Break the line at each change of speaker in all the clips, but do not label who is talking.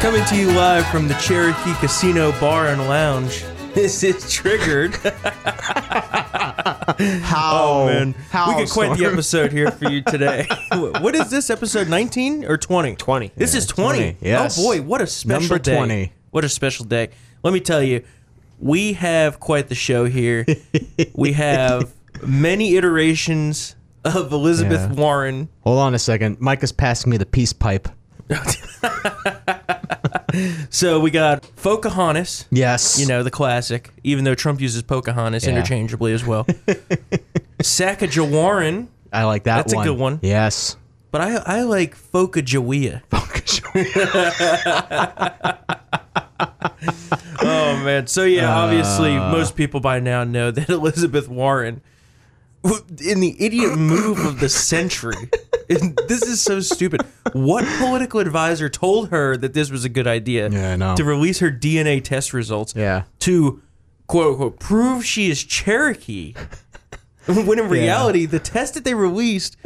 Coming to you live from the Cherokee Casino Bar and Lounge. This is Triggered.
How?
Oh, man.
How?
we got quite the
Storm?
episode here for you today. what is this episode 19 or 20?
20.
This
Yeah,
is 20.
20, yes.
Oh boy, what a special
Number
day.
20.
What a special day. Let me tell you, we have quite the show here. we have many iterations of Elizabeth
Yeah.
Warren.
Hold on a second. Mike is passing me the peace pipe.
So we got Pocahontas.
Yes.
you know, the classic, even though Trump uses Pocahontas
Yeah.
interchangeably as well. Sacagawarren,
I like that
That's a
one.
good one.
Yes.
but I, I like Focajawea. Oh, man. So, yeah, obviously,
Ah.
most people by now know that Elizabeth Warren, who- in the idiot move of the century, and this is so stupid. What political advisor told her that this was a good idea
Yeah, I know.
to release her DNA test results
yeah.
to quote unquote prove she is Cherokee. when in reality, the test that they released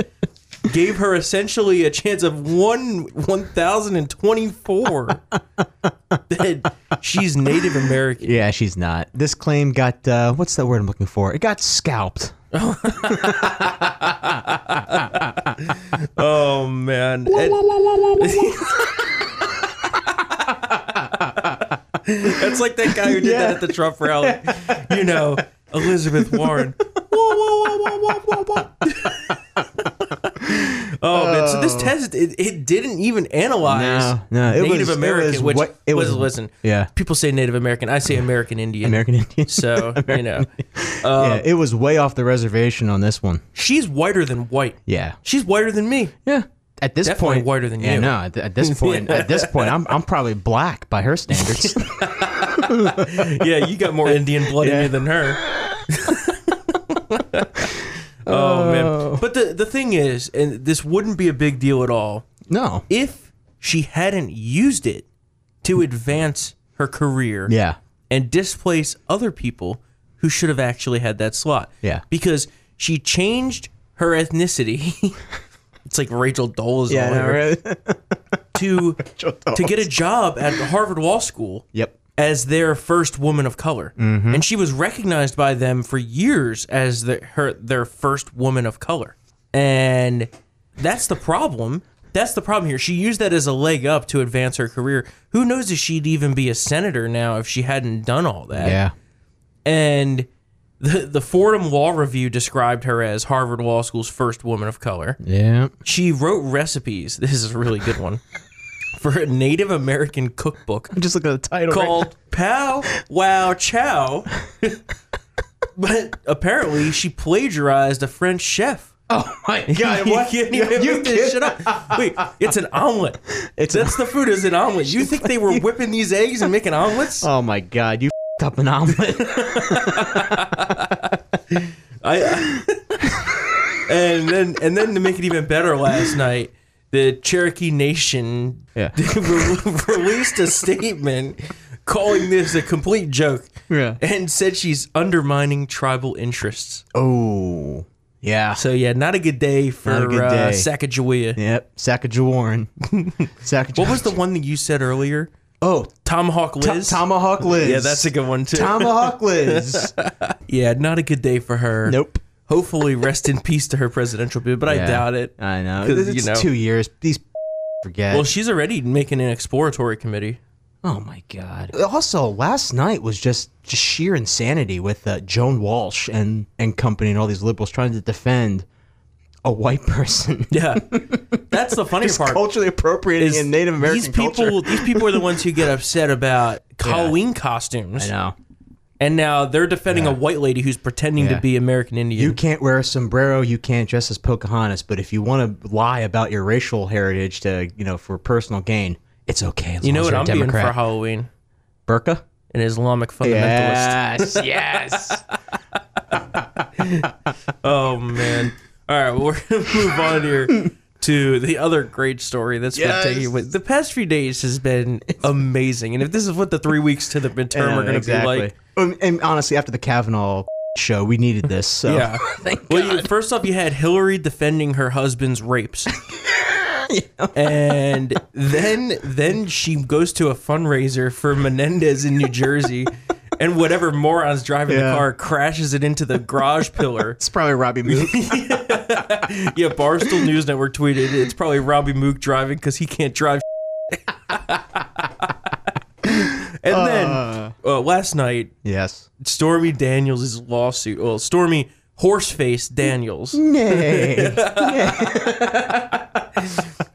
gave her essentially a chance of one one thousand and twenty four that she's Native American.
Yeah, she's not. This claim got uh, what's that word I'm looking for? It got scalped.
Oh man. And- That's like that guy who did that at the Trump rally. You know, Elizabeth Warren. Oh, man. So this test, it, it didn't even analyze
No, no, it
Native
was- it
American,
was
which
what- it
was,
was-
listen.
yeah.
People say Native American. I say American Indian.
American Indians.
So, you know. Uh,
yeah, it was way off the reservation on this one.
She's whiter than white.
Yeah.
She's whiter than me.
Yeah. At this
Definitely
point,
whiter than
yeah,
you.
No, at, at this point, at this point, I'm I'm probably black by her standards.
yeah, you got more Indian blood in
Yeah.
you than her. oh man. But the the thing is, and this wouldn't be a big deal at all
no.
if she hadn't used it to advance her career
Yeah.
and displace other people who should have actually had that slot.
Yeah.
Because she changed her ethnicity. it's like Rachel Dole's or whatever, to to get a job at the Harvard Law School
Yep.
as their first woman of color, and she was recognized by them for years as the, her their first woman of color, and that's the problem. That's the problem here. She used that as a leg up to advance her career. Who knows if she'd even be a senator now if she hadn't done all that?
Yeah.
And the the Fordham Law Review described her as Harvard Law School's first woman of color.
Yeah.
She wrote recipes. This is a really good one for a Native American cookbook
Just look at the title. right
called Pow Wow Chow. but apparently she plagiarized a French chef.
Oh my god!
you
What?
can't even
You
whip this
can't-
shit up. Wait, it's an omelet.
It's
That's the food is an omelet. You think they were whipping these eggs and making omelets?
oh my god! You f***ed up an omelet.
I, I and then and then to make it even better, last night the Cherokee Nation
Yeah.
re- released a statement calling this a complete joke,
Yeah.
and said she's undermining tribal interests.
oh yeah.
So yeah, not a good day for
Not a good
uh,
day.
Sacagawea.
Yep. Sacagawea. Sacagawea.
What was the one that you said earlier?
Oh,
Tomahawk
to-
Liz.
Tomahawk Liz.
yeah, that's a good one too.
Tomahawk Liz.
yeah, not a good day for her.
nope.
Hopefully, rest in peace to her presidential bid, but I
Yeah.
doubt it.
I know.
'Cause,
It's
you know-
two years. These f- forget.
Well, she's already making an exploratory committee.
oh my god. Also, last night was just just sheer insanity with uh, Joan Walsh and and company and all these liberals trying to defend a white person.
Yeah, that's the funny part.
Culturally appropriating
is
in Native American
these people,
culture.
these people are the ones who get upset about Halloween costumes,
I know.
and now they're defending a white lady who's pretending
Yeah.
to be American Indian.
You can't wear a sombrero. You can't dress as Pocahontas. But if you want to lie about your racial heritage to, you know, for personal gain, it's okay. As
You know
long
what I'm
as you're a
being for
Democrat.
Halloween?
Burqa.
An Islamic fundamentalist.
Yes, yes.
Oh man! All right, well, we're gonna move on here to the other great story that's
Yes.
been taking. place. The past few days has been amazing, and if this is what the three weeks to the midterm are gonna be like,
Um, and honestly, after the Kavanaugh show, we needed this. So.
yeah. well, you, first off, you had Hillary defending her husband's rapes. and then then she goes to a fundraiser for Menendez in New Jersey, and whatever morons driving
Yeah.
the car crashes it into the garage pillar.
It's probably Robbie Mook.
Yeah, Barstool News Network tweeted it's probably Robbie Mook driving because he can't drive. and
Uh.
then uh, last night,
yes.
Stormy Daniels' lawsuit. Well, Stormy Horseface Daniels.
Nay.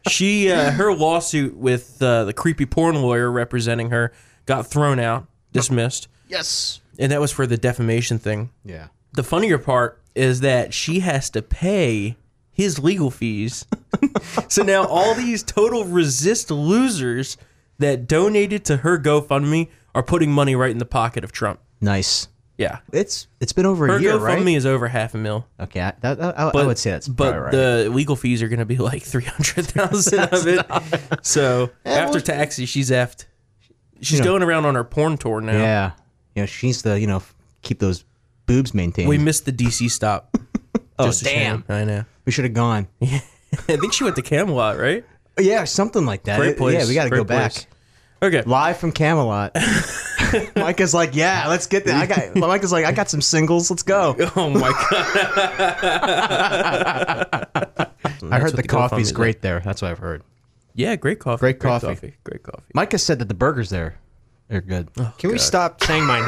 She uh, her lawsuit with uh, the creepy porn lawyer representing her got thrown out, dismissed,
yes.
and that was for the defamation thing.
Yeah.
The funnier part is that she has to pay his legal fees. so now all these total resist losers that donated to her GoFundMe are putting money right in the pocket of Trump.
Nice.
Yeah.
It's it's been over
Her
a year, right?
GoFundMe is over half a mil.
Okay, I, that, I, I- I would say that's
but
probably right.
the legal fees are going to be like 300,000 of it. So after
well-
taxes, she's effed. She's
You know.
going around on her porn tour now.
yeah, you know, she needs to you know keep those boobs maintained.
We
We,
missed the DC stop. oh,
damn.
I know.
should have gone.
I think she went to Camelot, right?
Yeah, something like that.
Great place.
Yeah, we got to
great
go back.
place. Okay.
Live from Camelot. Mike is like, yeah, let's get that. I got. Mike is like, I got some singles. Let's go.
Oh my god.
I heard
what
the
the GoFundMe's
coffee's
like.
great there. That's what I've heard.
Yeah, great coffee.
Great coffee.
Great coffee.
Mike has said that the burgers there, they're good.
Oh,
Can we stop saying my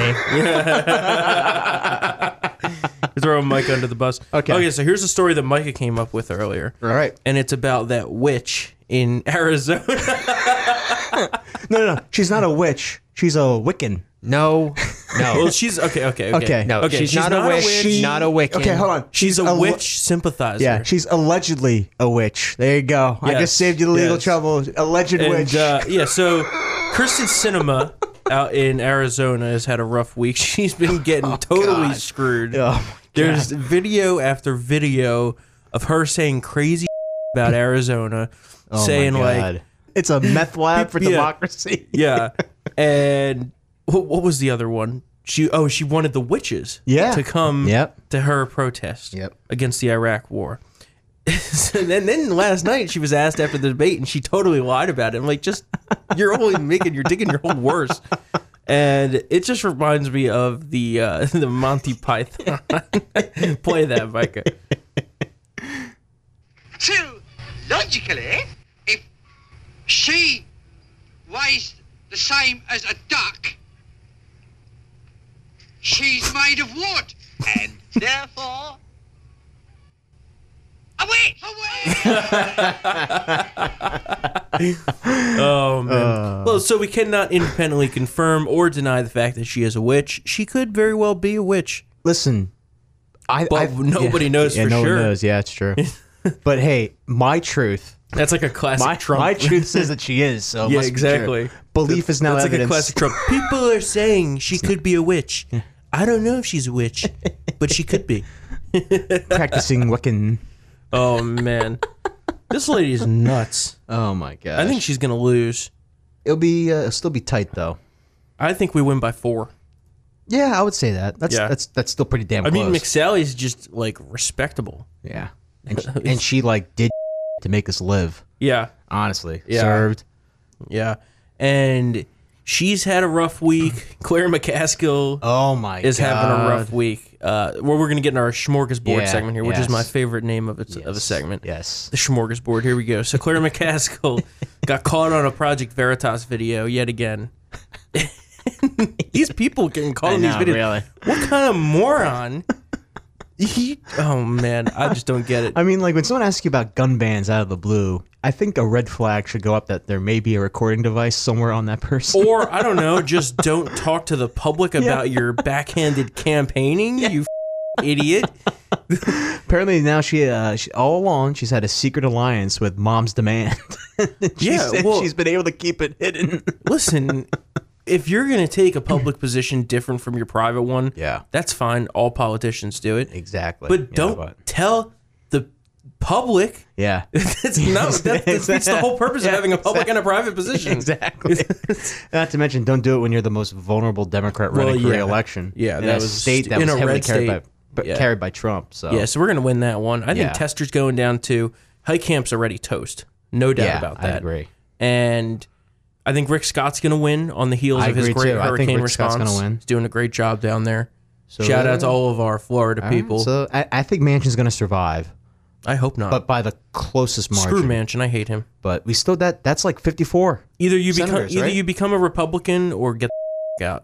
name?
You're throwing Mike under the bus.
Okay.
Okay, so here's a story that Micah came up with earlier.
All right.
And it's about that witch in Arizona.
No, no, no. She's not a witch. She's a Wiccan.
No,
well,
no,
she's okay, okay, okay.
Okay.
no.
Okay,
She's, not, a witch. Not a Wiccan.
Okay, hold on.
She's a
al-
witch sympathizer.
Yeah, she's allegedly a witch. There you go. I
Yes,
just saved you the legal
yes.
trouble. Alleged
And
witch.
uh, yeah, so Kristen Cinema out in Arizona has had a rough week. She's been getting totally screwed.
Oh, my
There's video after video of her saying crazy about Arizona,
Oh my
saying like, uh,
God. it's a meth lab for
Yeah.
democracy.
yeah, and what, what was the other one? She oh she wanted the witches
Yeah.
to come
Yep.
to her protest
Yep.
against the Iraq War. and then, then last night she was asked after the debate and she totally lied about it. I'm like, just you're only making you're digging your hole worse. And it just reminds me of the uh, the Monty Python. Play that, Micah.
So, logically, if she weighs the same as a duck, she's made of wood, and therefore a witch. A witch.
Oh man.
Uh.
well, so we cannot independently confirm or deny the fact that she is a witch. She could very well be a witch.
Listen, I.
But
I've-
nobody
yeah.
knows
Yeah,
for
no
sure.
one knows. Yeah, it's true. but hey, my truth.
That's like a classic
My,
Trump.
my truth says that she is. So it
yeah,
must be true.
exactly.
Belief is now
That's like a
evidence.
classic Trump. People are saying she could be a witch. I don't know if she's a witch, but she could be.
practicing Wiccan.
Oh man, this lady is nuts.
Oh my god.
I think she's gonna lose.
it'll be. Uh, it'll still be tight though.
I think we win by four.
Yeah, I would say that. That's
Yeah.
that's that's still pretty damn
I
close.
mean, McSally's just like respectable.
yeah, and she, and she like did to make us live.
Yeah,
Honestly,
Yeah.
served.
yeah, and she's had a rough week. Claire McCaskill
Oh my
is
god,
having a rough week. Uh, well, we're gonna get in our smorgasbord
Yeah,
segment here, which
yes.
is my favorite name of a, of a segment.
Yes.
the smorgasbord. Here we go. So Claire McCaskill got caught on a Project Veritas video yet again. these people getting caught in these
know,
videos.
really.
What kind of moron? He, oh man, I just don't get it.
I mean, like when someone asks you about gun bans out of the blue, I think a red flag should go up that there may be a recording device somewhere on that person.
Or I don't know, just don't talk to the public about your backhanded campaigning. You f- idiot.
Apparently now she, uh, she all along she's had a secret alliance with Mom's Demand. she
Yeah,
said
well-
she's been able to keep it hidden.
Listen, if you're gonna take a public position different from your private one,
Yeah.
that's fine. All politicians do it.
Exactly.
But don't tell the public
yeah.
That's not that, that defeats the whole purpose of having a public and a private position.
Exactly. Not to mention, don't do it when you're the most vulnerable Democrat running
Well,
for
yeah.
re-election.
Yeah,
in
that
a
was
state
stu-
that
in
was
a
heavily
red
carried
state.
by but
Yeah.
carried by Trump. So
Yeah, so we're gonna win that one. I
Yeah.
think Tester's going down to High Camp's already toast. No doubt
Yeah,
about
I
that.
agree.
And I think Rick Scott's going to win on the heels
I
of his
agree,
great
too. I think
hurricane
Rick Scott's
response.
gonna win.
He's doing a great job down there. Shout out to all of our Florida people.
So I, I think Mansion's going to survive,
I hope not.
but by the closest margin.
Screw Manchin, I hate him.
But we still that that's like 54.
Either you
Senators,
become either
right?
you become a Republican or get the f- out.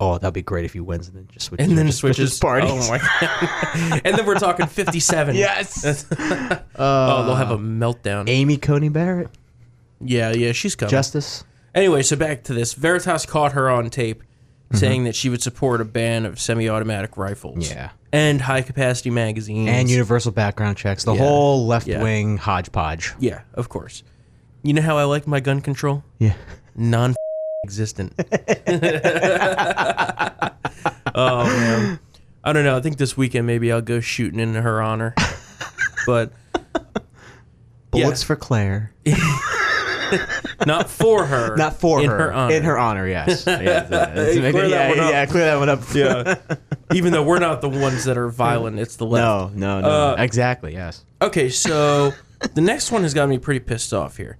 Oh, that'd be great if he wins and then just switches.
and then
just
switches
parties.
Oh my god! and then we're talking fifty-seven.
Yes.
oh, they'll have a meltdown.
Amy Coney Barrett,
Yeah, yeah, she's coming.
Justice.
anyway, so back to this. Veritas caught her on tape saying that she would support a ban of semi-automatic rifles.
Yeah.
And high-capacity magazines.
And universal background checks, the whole left wing hodgepodge.
yeah, of course. You know how I like my gun control?
Yeah.
non existent. oh man. I don't know. I think this weekend maybe I'll go shooting in her honor. But
Bullets for Claire.
not for her.
Not for
in
her.
honor.
In her honor, yes. yeah, that's-
Hey, clear that
yeah,
one up.
yeah, clear that one up.
Yeah. Even though we're not the ones that are violent, it's the left.
No, no, no.
Uh,
exactly, yes.
Okay, so the next one has got me pretty pissed off here.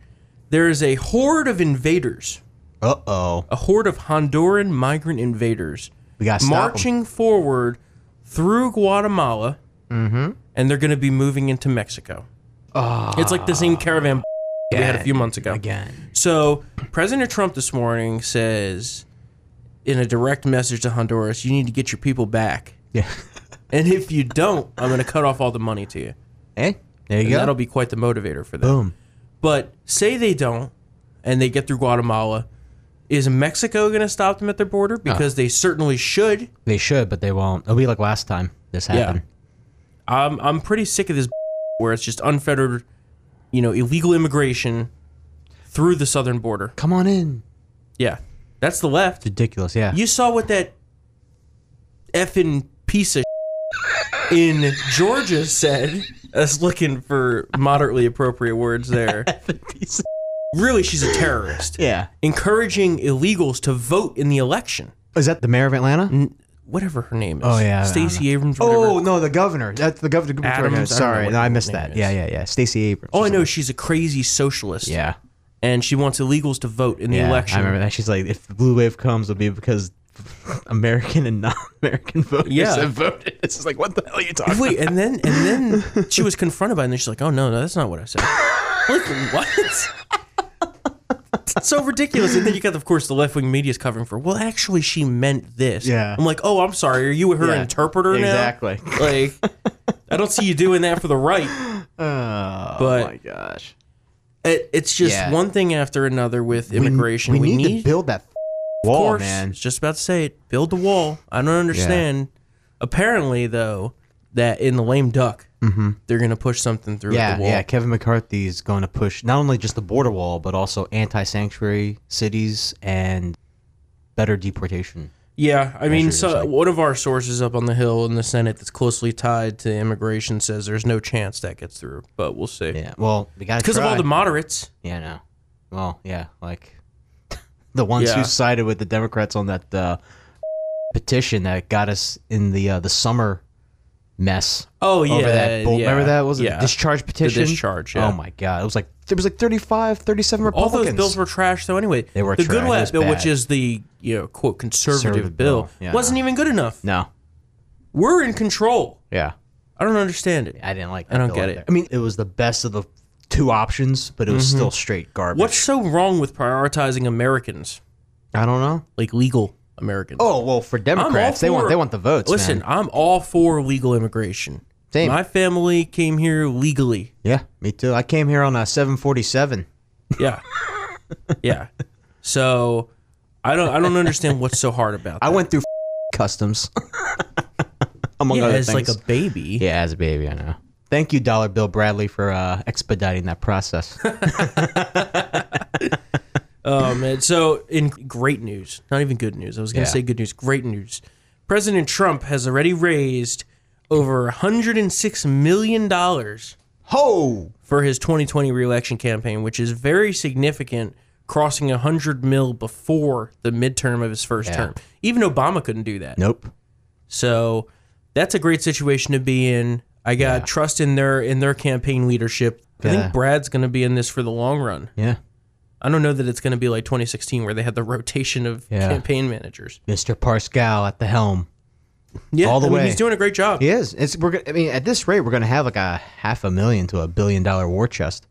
There is a horde of invaders,
Uh oh.
a horde of Honduran migrant invaders
We got
marching forward through Guatemala,
Mm-hmm.
and they're going to be moving into Mexico. it's like the same caravan that we had a few months ago.
Ah. again.
So President Trump this morning says, in a direct message to Honduras, you need to get your people back,
Yeah.
and if you don't, I'm going to cut off all the money to you.
Hey, there you
And
go.
that'll be quite the motivator for them.
Boom.
But say they don't, and they get through Guatemala. Is Mexico going to stop them at their border? Because they certainly should.
They should, but they won't. It'll be like last time this happened.
I'm I'm pretty sick of this where it's just unfettered, you know, illegal immigration through the southern border.
Come on in.
Yeah, that's the left.
Ridiculous, yeah.
You saw what that effing piece of in Georgia said. Us looking for moderately appropriate words there. Really, she's a terrorist.
yeah.
Encouraging illegals to vote in the election.
Is that the mayor of Atlanta?
N- Whatever her name is.
Oh, yeah, I don't
Stacey Abrams. Whatever.
Oh no, the governor. That's the governor. the governor-
Adams, I don't know
Sorry,
what
no, I
her
missed
name
that.
is.
Yeah, yeah, yeah. Stacey Abrams.
All I know is she's a crazy socialist.
Yeah,
and she wants illegals to vote in the
yeah.
election.
I remember that. She's like, if the blue wave comes, it'll be because American and non-American voters
Yeah.
have voted. It's just like, what the hell are you talking?
Wait, and then and then she was confronted by it, and then she's like, "Oh no, no, that's not what I said." like what? It's so ridiculous. And then you got, of course, the left wing media's covering for. Well, actually, she meant this.
Yeah.
I'm like, oh, I'm sorry. Are you her
Yeah,
interpreter
exactly.
now? Exactly. Like, I don't see you doing that for the right.
Oh
But-
my gosh,
It, it's just
Yeah.
one thing after another with immigration. We, need,
to build that
of
wall,
course, I
man.
was just about to say it. Build the wall. I don't understand. Apparently, though, that in the lame duck, they're gonna push something through
Mm-hmm. Yeah,
the wall.
yeah. Kevin McCarthy's going to push not only just the border wall, but also anti-sanctuary cities and better deportation.
Yeah, I mean,
measures,
so
like-
one of our sources up on the Hill in the Senate that's closely tied to immigration says there's no chance that gets through, but we'll see.
Yeah. Well, we got
Because of all the moderates,
Yeah, no. Well, yeah, like the ones
Yeah.
who sided with the Democrats on that uh, petition that got us in the uh, the summer mess.
Oh, yeah,
over that bull-
yeah,
remember that was it
yeah.
the discharge petition?
discharge, yeah.
Oh my god, it was like there was like 35, 37
all
Republicans.
those bills were trash. Though anyway,
They were
the
trash.
Good
It
Last
was
bill,
bad.
which is the you know quote conservative
Conservative
bill,
bill, yeah.
wasn't even good enough.
no,
We're in control.
yeah,
I don't understand it.
I didn't like.
I Mm-hmm.
That
don't
bill
get
either.
it.
I mean, it was the best of the two options, but it was still straight garbage.
What's so wrong with prioritizing Americans,
I don't know.
like legal Americans?
Oh well, for Democrats, they want
for-
they want the votes.
listen,
man.
I'm all for legal immigration.
Same.
My family came here legally.
yeah, me too. I came here on a seven forty seven.
Yeah. yeah. So I don't I don't understand what's so hard about that.
I went through customs. Among
yeah,
other
as
things.
like a baby.
yeah, as a baby, I know. Thank you, Dollar Bill Bradley, for uh, expediting that process.
Um and so in great news, not even good news. I was gonna
Yeah.
say good news, great news. President Trump has already raised over hundred and six million dollars
Ho!
for his 2020 reelection campaign, which is very significant, crossing 100 mil before the midterm of his first
Yeah.
term. Even Obama couldn't do that.
Nope.
So that's a great situation to be in. I got trust in their in their campaign leadership. I
Yeah.
think Brad's going to be in this for the long run.
Yeah.
I don't know that it's going to be like 2016 where they had the rotation of
Yeah.
campaign managers.
Mr. Parscale at the helm.
Yeah,
All the
I mean,
way.
he's doing a great job.
He is. It's we're. gonna- I mean, at this rate, we're going to have like a half a million to a billion dollar war chest.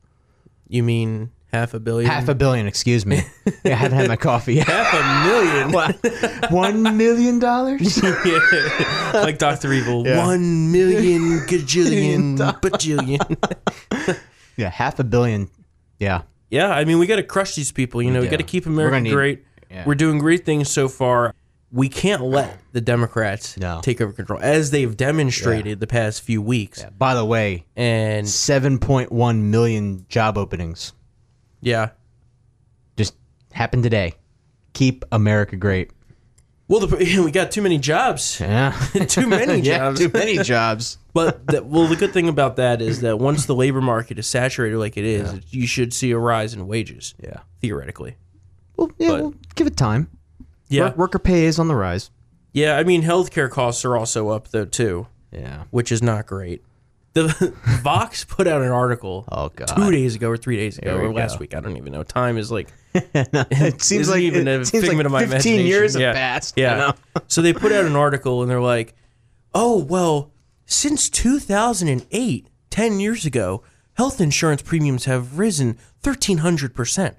You mean half a billion?
Half a billion, excuse me. Yeah, I haven't had my coffee yet.
half a million.
One million dollars.
Yeah. like Doctor Evil, one million gajillion bajillion.
yeah, half a billion. Yeah,
Yeah, I mean, we got to crush these people. You know, we
do.
got to keep
We're
America
gonna need-
great.
yeah.
We're doing great things so far. We can't let the Democrats
No.
take over control, as they've demonstrated the past few weeks.
By the way,
And
seven point one million job openings
yeah,
just happened today. Keep America great.
well, the, we got too many jobs,
Yeah,
too many
yeah,
jobs.
too many jobs.
But the, well, the good thing about that is that once the labor market is saturated like it is, you should see a rise in wages.
Yeah.
theoretically.
Well, yeah,
But-
we'll give it time.
Yeah,
Work- worker pay is on the rise.
yeah. I mean, healthcare costs are also up though too,
Yeah.
which is not great. The Vox put out an article
Oh, God.
two days ago or three days ago
we
or last
go.
week. I don't even know. Time is like
it seems
isn't
like
even
it
a
seems
figment
like
of my
15 years
imagination.
have
Yeah.
passed. you
Yeah.
know?
so they put out an article and they're like, oh, well, since 2008, 10 years ago, health insurance premiums have risen 1,300%.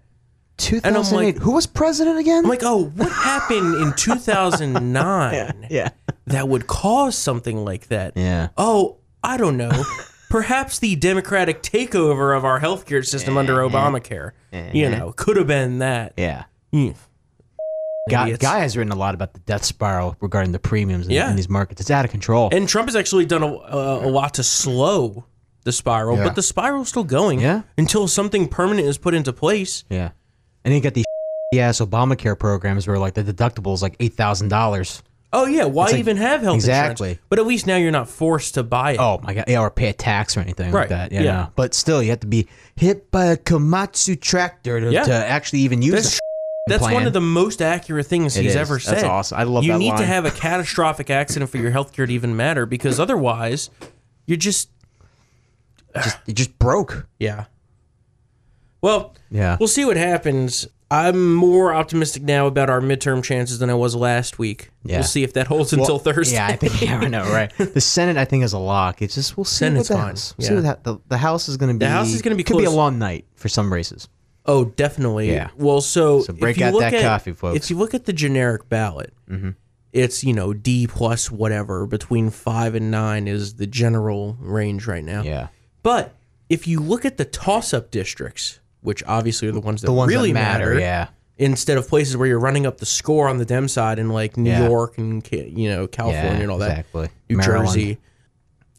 2008. Who was president again?
I'm like, oh, what happened in 2009
yeah.
that would cause something like that?
Yeah.
Oh, I don't know. Perhaps the democratic takeover of our healthcare system
Eh,
under Obamacare, you know, could have been that.
Yeah.
Mm.
Guy,
Idiots.
Guy has written a lot about the death spiral regarding the premiums in,
Yeah.
in these markets. It's out of control.
And Trump has actually done a, a, a lot to slow the spiral,
Yeah.
but the spiral's still going
Yeah.
until something permanent is put into place.
yeah. And you got these ass Obamacare programs where like the deductible is like eight thousand dollars.
Oh yeah, why even have health
Exactly.
insurance? But at least now you're not forced to buy it.
Oh my god! Yeah, or pay a tax or anything like
Right,
that.
yeah.
yeah. But still, you have to be hit by a Komatsu tractor to,
Yeah.
to actually even use
That's-
it.
That's
plan.
one of the most accurate things
It
he's
is.
ever
That's
said.
awesome. I love
you
that
need to
line.
have a catastrophic accident for your health care to even matter because otherwise you're just
Just, it just broke.
yeah. Well,
Yeah.
we'll see what happens. I'm more optimistic now about our midterm chances than I was last week.
Yeah.
We'll see if that holds until
Well,
Thursday.
Yeah, I think yeah, I know, right? The Senate, I think, is a lock. It's just we'll see
Senate's
what the
fine,
House.
yeah.
See what ha- the, the House is going to be.
House is gonna be
could be a
close.
long night for some races.
Oh, definitely.
Yeah.
Well, so,
So break
if you
out
look
that
at,
coffee, folks. Mm-hmm.
If you look at the generic ballot, it's you know D plus whatever between five and nine is the general range right now.
Yeah,
But if you look at the toss-up districts, which obviously are the ones that
the ones
really
that matter. Yeah,
instead of places where you're running up the score on the Dem side in like New
Yeah.
York and Ca- you know California
yeah,
and all that.
exactly.
New
Maryland.
Jersey.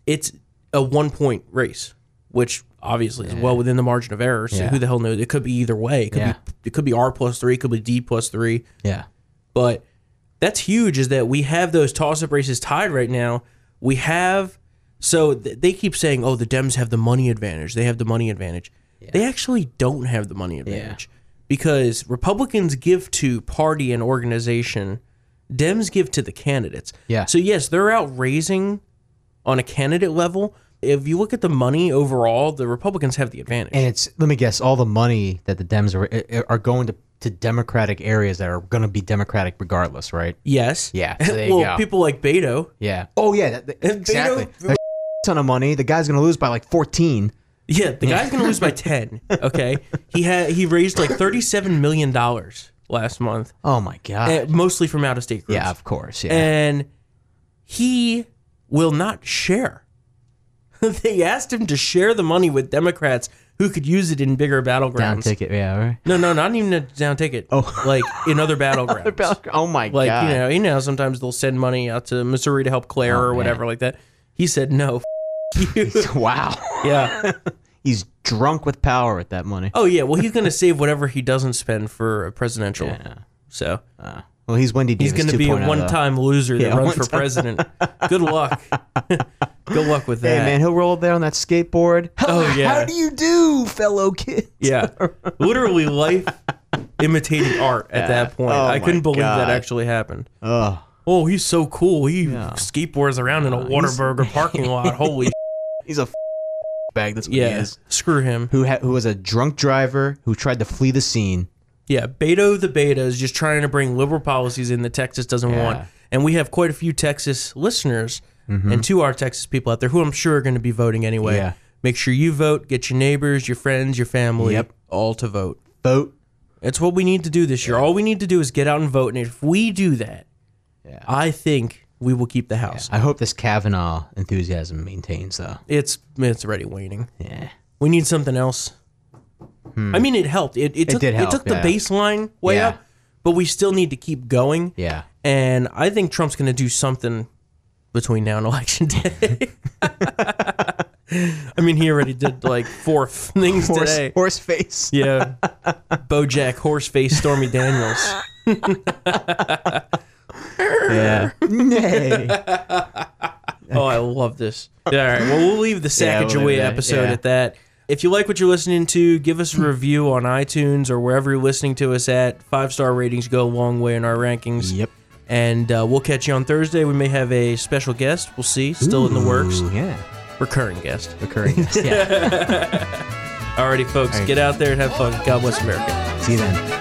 It's a one point race, which obviously is well within the margin of error. So
Yeah.
who the hell knows? It could be either way. It could
Yeah.
be it could be R plus three, it could be D plus three.
Yeah,
But that's huge is that we have those toss up races tied right now. We have so th- they keep saying, "Oh, the Dems have the money advantage. They have the money advantage." They actually don't have the money advantage because Republicans give to party and organization, Dems give to the candidates.
Yeah.
So yes, they're out raising on a candidate level. If you look at the money overall, the Republicans have the advantage.
and it's let me guess, all the money that the Dems are are going to to Democratic areas that are going to be Democratic regardless, right?
yes.
Yeah, so there you
well,
go.
people like Beto.
Yeah. Oh yeah, that, that- exactly. There's a ton of money. The guy's going to lose by like fourteen.
Yeah, the guy's gonna lose by ten. Okay, he had he raised like thirty-seven million dollars last month,
Oh my god.
eh, mostly from out-of-state groups.
yeah, of course. Yeah.
and he will not share. they asked him to share the money with Democrats who could use it in bigger battlegrounds.
Down ticket. Yeah. Right.
No, no, not even a down ticket. Oh, like in other battlegrounds.
Oh my
like
god.
you know, you know, sometimes they'll send money out to Missouri to help Claire or whatever like that. He said no. F- you.
Wow.
yeah.
He's drunk with power with that money.
Oh yeah, well he's gonna save whatever he doesn't spend for a presidential. So
Uh, well, he's Wendy
he's
Davis
gonna be a
2.0, though.
one-time loser that
Yeah,
runs
one
for
time.
president. Good luck. Good luck with
Hey,
that.
man, he'll roll up there on that skateboard.
Oh, yeah.
How do you do, fellow kid?
Yeah, literally life imitating art at that point.
Oh,
I
my
couldn't believe that
God.
actually happened.
Oh,
Oh, he's so cool. He skateboards around in a
he's-
Waterburger parking lot. Holy
he's a f- bag. That's what he
Yeah,
is.
screw him.
Who ha- who was a drunk driver who tried to flee the scene.
Yeah, Beto the Beta is just trying to bring liberal policies in that Texas doesn't want. And we have quite a few Texas listeners and to our Texas people out there who I'm sure are going to be voting anyway.
Mm-hmm. Yeah.
Make sure you vote, get your neighbors, your friends, your family
Yep.
all to vote.
Boat.
It's what we need to do this year. All we need to do is get out and vote. And if we do that, I think we will keep the House.
I hope this Kavanaugh enthusiasm maintains though.
It's it's already waning.
Yeah.
We need something else. I mean, it helped. It, it, took,
Hmm. did help,
it took the
yeah.
baseline way
Yeah.
up, but we still need to keep going.
Yeah.
And I think Trump's going to do something between now and election day. I mean, he already did like four things today.
horse face.
Yeah. Bojack, Horseface, Stormy Daniels.
Yeah. Nay.
Oh, I love this. All right. Well, we'll leave the
Yeah, we'll
Sacagawea
leave that,
episode
yeah.
at that. Hmm. If you like what you're listening to, give us a review on iTunes or wherever you're listening to us at. Five star ratings go a long way in our rankings.
Yep.
And uh, we'll catch you on Thursday. We may have a special guest. We'll see. Still in the works.
Ooh, Yeah.
Recurring guest.
Recurring. yeah.
Alrighty, folks,
Alright.
get out there and have fun. God bless America.
See you then.